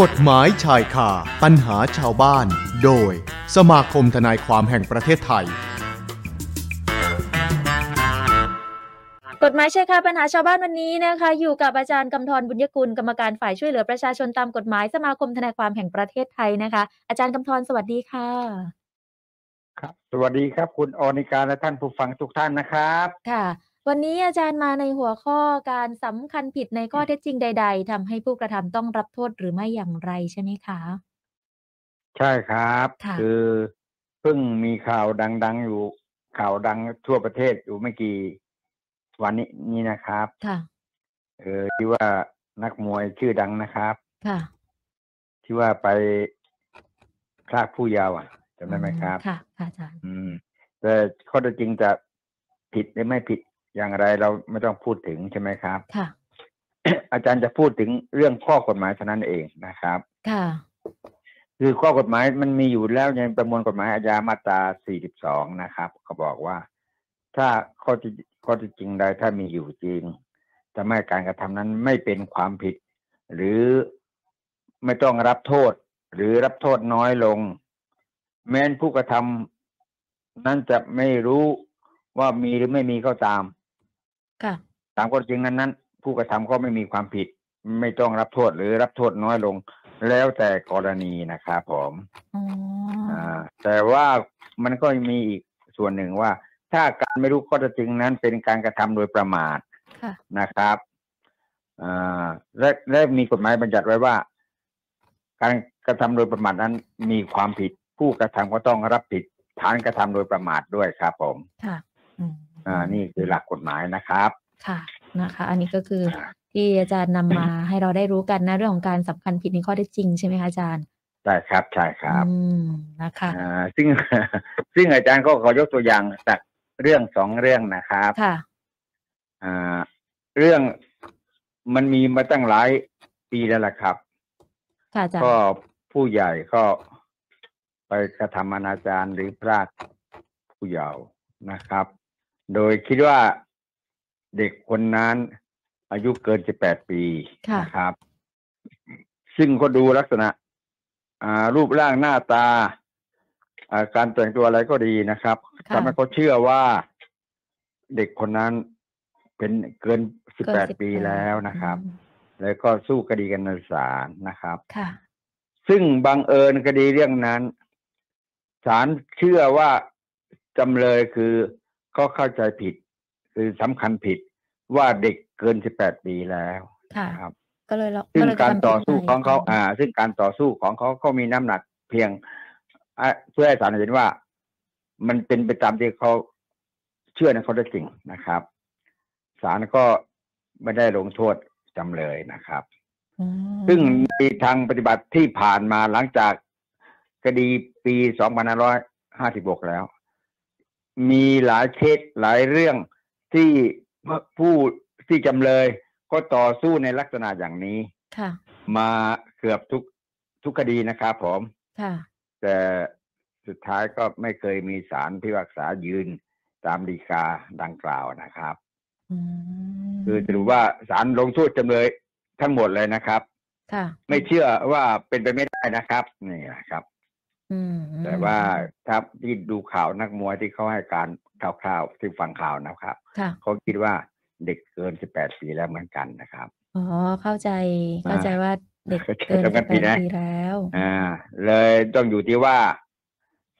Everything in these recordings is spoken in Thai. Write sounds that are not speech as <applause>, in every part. กฎหมายชายคาปัญหาชาวบ้าน โดย สมาคมทนายความแห่งประเทศไทย กฎหมายใช่ค่ะปัญหาชาวบ้านวันนี้นะคะ อยู่กับอาจารย์กำธรบุญยกุลกรรมการฝ่ายช่วยเหลือประชาชนตามกฎหมายสมาคมทนายความแห่งประเทศไทยนะคะ อาจารย์กำธรสวัสดีค่ะ ครับสวัสดีครับ คุณออนิการและท่านผู้ฟังทุกท่านนะครับ ค่ะ วันนี้อาจารย์มาในหัวข้อการสำคัญผิดในข้อเท็จจริงใด ๆทำให้ผู้กระทำต้องรับโทษหรือไม่อย่างไรใช่ไหมคะ ใช่ครับ ค่ะ อเพิ่งมีข่าวดัง ๆ อยู่ข่าวดังทั่วประเทศอยู่ไม่กี่ วันนี้นี่นะครับ ค่ะ เออที่ว่านักมวยชื่อดังนะครับ ค่ะ ที่ว่าไปพรากผู้เยาว์อะจำได้ไหมครับ ค่ะค่ะอาจารย์ อืม แต่ข้อเท็จจริงจะผิดหรือไม่ผิดอย่างไรเราไม่ต้องพูดถึงใช่ไหมครับ <coughs> ค่ะ อาจารย์จะพูดถึงเรื่องข้อกฎหมายเท่านั้นเองนะครับ ค่ะ คือข้อกฎหมายมันมีอยู่แล้วในประมวลกฎหมายอาญามาตรา 42 นะครับ เขาบอกว่า ถ้าข้อที่ข้อที่จริงใดถ้ามีอยู่จริงจะไม่การกระทำนั้นไม่เป็นความผิด หรือไม่ต้องรับโทษ หรือรับโทษน้อยลง แม้นผู้กระทำนั้นจะไม่รู้ว่ามีหรือไม่มีก็ตาม ค่ะ ตามข้อจริงนั้นนั้นๆผู้กระทำก็ไม่มีความผิด ไม่ต้องรับโทษหรือรับโทษน้อยลง แล้วแต่กรณีนะครับผม อ๋อ อ่าแต่ว่ามันก็มีอีกส่วนหนึ่งว่า ถ้าการไม่รู้ข้อเท็จจริงนั้นเป็นการกระทำโดยประมาท ค่ะ นะครับอ่าและและมีกฎหมายบัญญัติไว้ว่า การกระทำโดยประมาทนั้นมีความผิด ผู้กระทำก็ต้องรับผิดฐานกระทำโดยประมาทด้วยครับ ผม ค่ะอืม อ่านี่คือหลักกฎหมายนะครับ ค่ะนะคะ อันนี้ก็คือ ครับ ที่อาจารย์นำมา ให้เราได้รู้กันนะเรื่องของการสำคัญผิดในข้อเท็จจริงใช่ไหมคะอาจารย์ ใช่ครับใช่ครับ อืมนะคะ อ่าซึ่ง <laughs> ซึ่งอาจารย์ก็ขอยกตัวอย่างจากเรื่องสองเรื่องนะครับ ค่ะ อ่าเรื่องมันมีมาตั้งหลายปีแล้วล่ะครับ ค่ะอาจาร ก็ ย์ ผู้ใหญ่ก็ไปกระทำอนาจารหรือพรากผู้เยาว์นะครับ โดยคิดว่าเด็กคนนั้นอายุเกิน 18 ปีนะครับ ซึ่งก็ดูลักษณะ อ่า รูปร่างหน้าตา อ่า การแต่งตัวอะไรก็ดีนะครับ ค่ะ ทำให้เขาเชื่อว่าเด็กคนนั้นเป็นเกิน เกิน 18 ปี 18 แล้วนะครับ อืม แล้วก็สู้คดีกันในศาลนะครับ ค่ะ ซึ่งบังเอิญคดีเรื่องนั้นศาลเชื่อว่าจำเลยคือก็เข้าใจผิด คือสำคัญผิดว่าเด็กเกิน 18 ปีแล้ว ค่ะ นะครับ ก็เลยเรา ซึ่ง เลย การ ทำผิด ต่อสู้ของเขา ไป อ่า ซึ่งการต่อสู้ของเขาก็มีน้ำหนักเพียงอ่ะเพื่อให้ศาลเห็นว่ามันเป็นไปตามที่เขาเชื่อในข้อเท็จจริงนะครับศาลก็ไม่ได้ลงโทษจำเลยนะครับ อืม ซึ่งในทางปฏิบัติที่ผ่านมาหลังจากคดีปี 2556 แล้ว มีหลายเคสหลายเรื่องที่ผู้ที่จำเลยก็ต่อสู้ในลักษณะอย่างนี้ ค่ะ มาเกือบทุกทุกคดีนะครับผม ค่ะ แต่สุดท้ายก็ไม่เคยมีสารพิพากษายืนตามฎีกาดังกล่าวนะครับ อืม คือถือว่าสารลงโทษจำเลยทั้งหมดเลยนะครับ ค่ะ ไม่เชื่อว่าเป็นไปไม่ได้นะครับ นี่นะครับ อืม แต่ว่าถ้าที่ดูข่าวนักมวยที่เขาให้การคร่าวๆที่ฟังข่าวนะครับ ค่ะ เขาคิดว่าเด็กเกิน 18 ปีแล้วเหมือนกันนะครับ อ๋อเข้าใจเข้าใจว่าเด็กเกิน เข้าสิบแปดใจจำกันผิดนะ ปีแล้ว อ่าเลยต้องอยู่ที่ว่า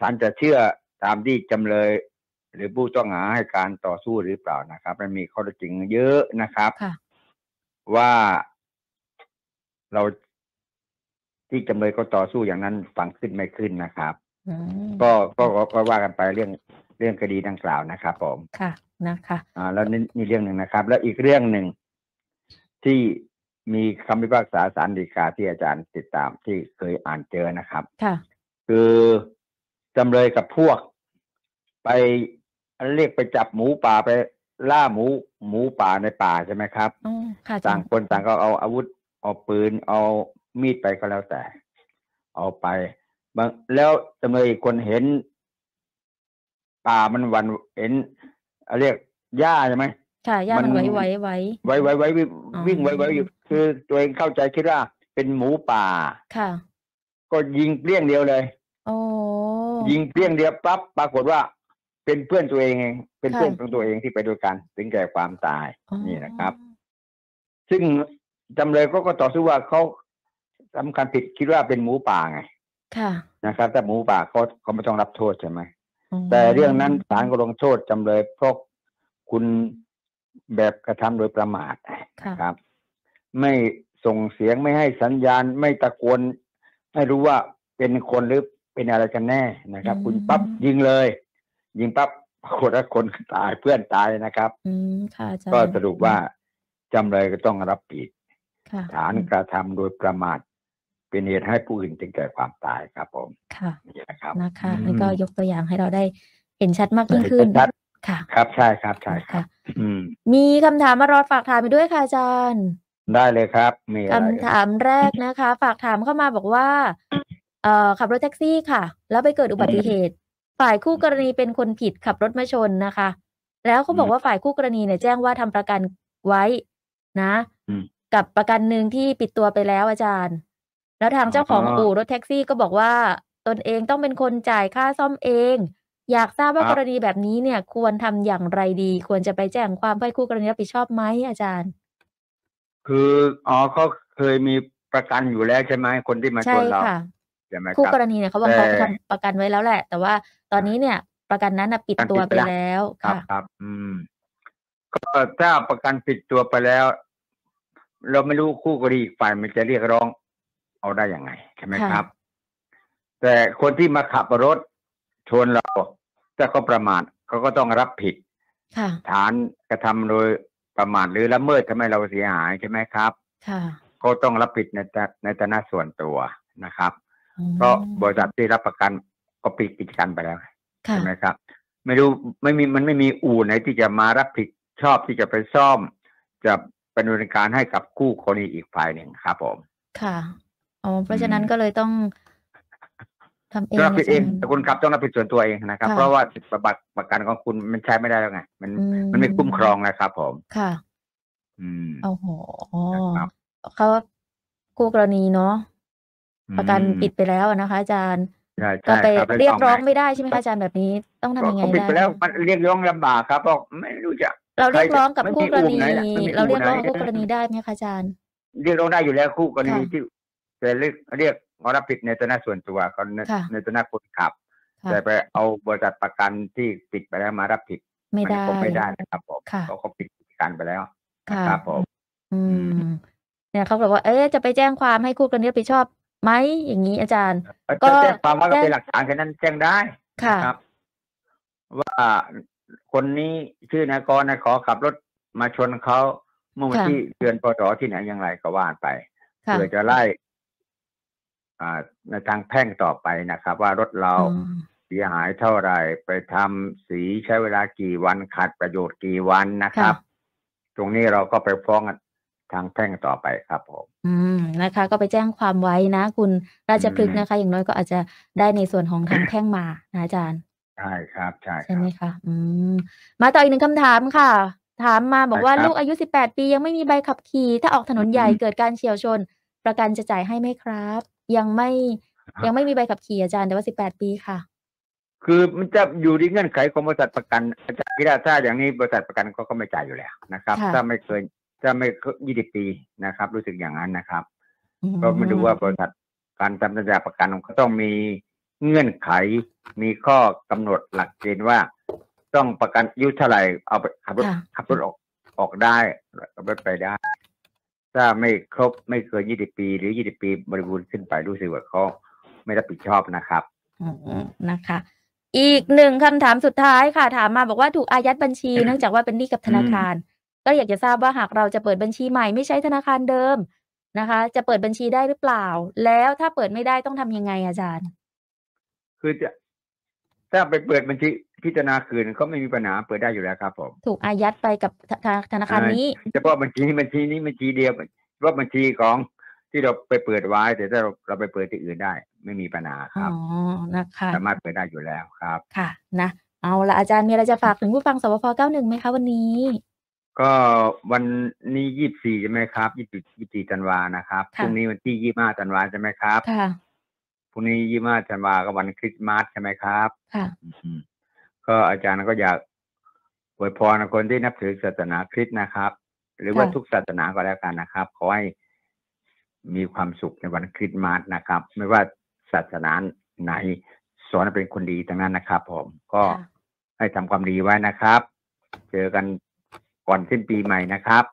ศาลจะเชื่อตามที่จำเลย หรือผู้ต้องหาให้การต่อสู้หรือเปล่านะครับมันมีข้อเท็จจริงเยอะนะครับ ค่ะ ว่าเราที่จำเลยก็ต่อสู้อย่างนั้นฟังขึ้นไม่ขึ้นนะครับ อืม ก็ก็ก็ก็ว่ากันไปเรื่องเรื่องคดีดังกล่าวนะครับผม ค่ะนะคะ อ่าแล้วนี่นี่เรื่องหนึ่งนะครับ แล้วอีกเรื่องหนึ่งที่มีคำพิพากษาศาลฎีกาที่อาจารย์ติดตามที่เคยอ่านเจอนะครับ ค่ะ คือจำเลยกับพวก ไปเรียกไปจับหมูป่าไปล่าหมูหมูป่าในป่าใช่ไหมครับ อ๋อค่ะอาจา ต่าร ง ย์ คนต่างก็เอาอาวุธ เอาปืน เอามีดไปก็แล้วแต่ เอาไปบางแล้วจำเลยอีกคนเห็น ป่ามันหวันเห็นเรียกหญ้าใช่ไหม ค่ะย่ามัน มั ไว้ น ไว้ไว้ ไว้ไว้ไว้วิ่ง อ๋อ วิ่งไว้ไว้อยู่คือตัวเองเข้าใจคิดว่า เป็นหมูป่า ค่ะ ก็ยิงเปรี้ยงเดียวเลย โอ้ ยิงเปรี้ยงเดียวปั๊บปรากฏว่า เป็นเพื่อนตัวเองเองเป็น ค่ะ เพื่อนของตัวเองที่ไปด้วยกันถึงแก่ความตาย อ๋อ นี่นะครับ ซึ่งจำเลยก็ก็ต่อสู้ว่าเขาสำคัญผิดคิดว่าเป็นหมูป่าไง ค่ะ นะครับแต่หมูป่าเขาเขาไม่ต้องรับโทษใช่ไหม อืม แต่เรื่องนั้นศาลก็ลงโทษจำเลยเพราะคุณแบบกระทำโดยประมาท ค่ะ ครับ ไม่ส่งเสียงไม่ให้สัญญาณไม่ตะโกนให้รู้ว่าเป็นคนหรือเป็นอะไรกันแน่นะครับ คุณปั๊บยิงเลย ยิงปั๊บปรากฏว่าคนตายเพื่อนตายนะครับ อืมค่ะอาจารย์ ก็สรุปว่าจำเลยก็ต้องรับผิด ค่ะ ฐานกระทำโดยประมาท เป็นเหตุให้ผู้อื่นถึงแก่ความตายครับ ผม ค่ะ นี่นะครับ นะคะ อืม นี่ก็ยกตัวอย่างให้เราได้เห็นชัดมากยิ่งขึ้น เห็นชัด ค่ะ ครับใช่ครับใช่ครั ค่ะ บ อืม มีคำถามมารอฝากถามไปด้วยค่ะอาจารย์ ได้เลยครับ มีอะไร คำถามแรกนะคะ ฝากถามเข้ามาบอกว่าเอ่อขับรถแท็กซี่ค่ะ แล้วไปเกิดอุบัติเหตุ ฝ่ายคู่กรณีเป็นคนผิดขับรถมาชนนะคะ แล้วเขาบอกว่าฝ่ายคู่กรณีเนี่ยแจ้งว่าทำประกันไว้นะ อืม กับประกันหนึ่งที่ปิดตัวไปแล้วอาจารย์ แล้วทางเจ้าของ อ๋ออู่ อู่รถแท็กซี่ก็บอกว่า ตนเองต้องเป็นคนจ่ายค่าซ่อมเอง อยากทราบว่า ครับ กรณีแบบนี้เนี่ย ควรทำอย่างไรดี ควรจะไปแจ้งความให้คู่กรณีรับผิดชอบไหมอาจารย์ คืออ๋อเขาเคยมีประกันอยู่แล้วใช่ไหมคนที่มาช ใช่ นเรา ค่ะ ใช่ไหม คู่ ครับ กรณีเนี่ยเขาบอก แต่ เขาทำประกันไว้แล้วแหละ แต่ว่าตอนนี้เนี่ย ประกันนั้นนะปิดตัวไปแล้ว ครั ค่ะ ครับ อืม ก็ถ้าประกันปิดตัวไปแล้ว เราไม่รู้คู่กรณีอีกฝ่ายมันจะเรียกร้อง เอาได้ยังไงใช่ไหม ค่ะ ครับ แต่คนที่มาขับรถชนเราถ้าเขาประมาทเขาก็ต้องรับผิด ค่ะ ฐานกระทำโดยประมาทหรือละเมิดทำให้เราเสียหายใช่ไหมครับ ค่ะ ก็ต้องรับผิดในฐาในฐานะส่วนตัวนะครับ อืม เพราะบริษัทที่รับประกันก็ปิดกิจการไปแล้ว ค่ะ ใช่ไหมครับ ไม่รู้ไม่มีมันไม่มีอู่ไหนที่จะมารับผิดชอบที่จะไปซ่อม จะเป็นบริการให้กับคู่กรณีอีกฝ่ายหนึ่งครับผม ค่ะอ๋อเพราะฉะนั้น อืม ก็เลยต้องทำเอง รับผิดเอง าจารย์ แต่คนขับต้องรับผิดส่วนตัวเองนะครับ เพราะว่าสิทธิบัตรประกันของคุณมันใช้ไม่ได้แล้วไง มัน อื มันไม่คุ้มครองนะครับผม ค่ะ อืม โอ้โห นะครับ เขากู้กรณีเนาะประกันปิดไปแล้วอะนะคะ อาจารย์ ใช่ ก็ ใช่ ไป คบ เรียกร้อง ไม่ ไม่ได้ใช่ไหมคะอาจารย์แบบนี้ต้องทำยังไง ก็ปิด ได้ ไปแล้วมันเรียกร้องลำบากครับบอกไม่รู้จะ เราเรียกร้องกับคู่กรณี ใครจะไม่มี เราเรียกร้องกับอู่ไหน คู่กรณีได้ไหมคะอาจารย์ เรียกร้องได้อยู่แล้วคู่กรณี ค่ะ ที่แต่เรียกเรียกรับผิดในฐานะส่วนตัวก็ใน ค่ะ ในฐานะคนขับ ค่ะ แต่ไปเอาบริษัทประกันที่ปิดไปแล้วมารับผิด ไม่ น ได้ คงไม่ได้นะครับผม ค่ะ เขาก็ปิดกิจการไปแล้วนะ ค่ะ ครับผม อืมเนี่ยเขาบอกว่าเอ๊ะจะไปแจ้งความให้คู่กรณีรับผิดชอบไหมอย่างนี้อาจารย์ ก็ ก็แจ้งความว่าก็ แจ้ง เป็นหลักฐานแค่นั้นแจ้งได้ ค่ะ นะครับ ว่าคนนี้ชื่อนายกรนายขอขับรถมาชนเขาเมื่อวัน ค่ะ ที่เดือนพศที่ไหนอย่างไรก็ว่านไป ค่ะ เพื่อจะไล่อ่าในทางแพ่งต่อไปนะครับ ว่ารถเรา อืม เสียหายเท่าไหร่ไปทำสีใช้เวลากี่วันขาดประโยชน์กี่วันนะค ค่ะ รับ ตรงนี้เราก็ไปฟ้องกันทางแพ่งต่อไปครับผม อืมนะคะ ก็ไปแจ้งความไว้นะ คุณราชพฤกษ์ อืม นะคะ อย่างน้อยก็อาจจะได้ในส่วนของทางแพ่งมานะอาจารย์ ใช่ครับ ใช่ค ใช่ รั ไหม บ คะ อืม มาต่ออีกหนึ่งคำถามค่ะ ถามมาบอกว่า ได้ครับ ลูกอายุ 18 ปียังไม่มีใบขับขี่ ถ้าออกถนนใหญ่ อืม เกิดการเฉียวชน ประกันจะจ่ายให้ไหมครับ ยังไม่ ยังไม่มีใบขับขี่อาจารย์แต่ว่า 18 ปีค่ะ คือมันจะอยู่ในเงื่อนไขของบริษัทประกันอาจารย์พิราถ้าอย่างนี้บริษัทประกันเขาก็ไม่จ่ายอยู่แล้วนะครับ ค่ะ ถ้าไม่เกินถ้าไม่ยี่สิบปีนะครับ รู้สึกอย่างนั้นนะครับ อื ก็ไม่รู้ว่าบริษัทการทำสัญญาประกันก็ต้องมีเงื่อนไข มีข้อกำหนดหลักเกณฑ์ว่า ต้องประกันอายุเท่าไหร่เอาไปขับรถ ค่ะ ขับรถออกออกได้ขับรถไปได้ ถ้าไม่ครบไม่เกินยี่สิบปี หรือยี่สิบปีบริบูรณ์ขึ้นไปรู้สึกว่าเขาไม่รับผิดชอบนะครับ อืมนะคะ อีกหนึ่งคำถามสุดท้ายค่ะ ถามมาบอกว่าถูกอายัดบัญ <coughs> ชี เนื่องจากว่าเป็นหนี้กับธนาคาร ก็อยากจะทราบว่าหากเราจะเปิดบัญชีใหม่ไม่ใช้ธนาคารเดิมนะคะ จะเปิดบัญชีได้หรือเปล่า แล้วถ้าเปิดไม่ได้ต้องทำยังไงอาจารย์ คือจะถ้าไปเปิดบัญชีพิจารณาคืนก็ไม่มีปัญหาเปิดได้อยู่แล้วครับผม ถูกอายัดไปกับธนาธนาคารนี้ เฉพาะบัญชีนี้บัญชีนี้บัญชีเดียวเฉพาะบัญชีของที่เราไปเปิดไว้ แต่ถ้าเราเราไปเปิดที่อื่นได้ ไม่มีปัญหาค อ๋ รั อ บ นะคะ สามารถเปิดได้อยู่แล้วครับ ค่ะ นะ เอาละอาจารย์มีอะไรจะฝากถึงผู้ฟังสวพ91ไหมคะวันนี้ ก็วันนี้ยี่สิบสี่ใช่ไหมครับยี่สิบยี่สี่ธันวานะครับพ ค่ะ รุ่งนี้วันที่ยี่ห้าธันวาใช่ไหมครับ ค่ะ พรุ่งนี้ยี่ห้าธันวาก็วันคริสต์มาสใช่ไหมครับ ค่ะ อืมก็อาจารย์ก็อยากอวยพรคนที่นับถือศาสนาคริสต์นะครับ หรือว่า ค่ะ ทุกศาสนาก็แล้วกันนะครับ ขอให้มีความสุขในวันคริสต์มาสนะครับ ไม่ว่าศาสนาไหนสอนให้เป็นคนดีทั้งนั้นนะครับ ผม ก็ ค่ะ ให้ทำความดีไว้นะครับ เจอกันก่อนสิ้นปีใหม่นะครับ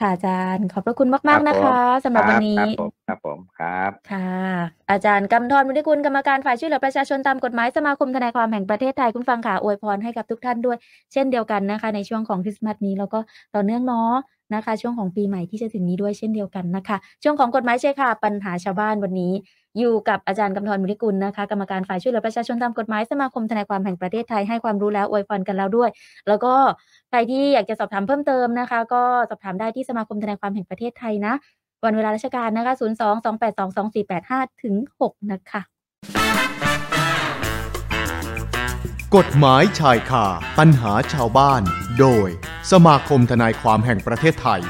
ค่ะอาจารย์ขอบพระคุณมาก ๆ นะคะสำหรับวันนี้ ครับผมครับผมครับ ค่ะ อาจารย์กำธรมุนิกุลกรรมการฝ่ายช่วยเหลือประชาชนตามกฎหมายสมาคมทนายความแห่งประเทศไทยคุณฟังค่ะอวยพรให้กับทุกท่านด้วย เช่นเดียวกันนะคะ ในช่วงของคริสต์มาสนี้แล้วก็ต่อเนื่องเนาะนะคะ ช่วงของปีใหม่ที่จะถึงนี้ด้วยเช่นเดียวกันนะคะ ช่วงของกฎหมายใช่ค่ะ ปัญหาชาวบ้านวันนี้ อยู่กับอาจารย์กำธรมุนิกุลนะคะกรรมการฝ่ายช่วยเหลือประชาชนตามกฎหมายสมาคมทนายความแห่งประเทศไทยให้ความรู้แล้วอวยพรกันแล้วด้วย แล้วก็ใครที่อยากจะสอบถามเพิ่มเติมนะคะ ก็สอบถามได้ที่สมาคมทนายความแห่งประเทศไทยนะ วันเวลาราชการนะคะ 0 2 2 8 2 2 4 8 5 ถึง 6 นะคะ กฎหมายชายคาปัญหาชาวบ้าน โดยสมาคมทนายความแห่งประเทศไทย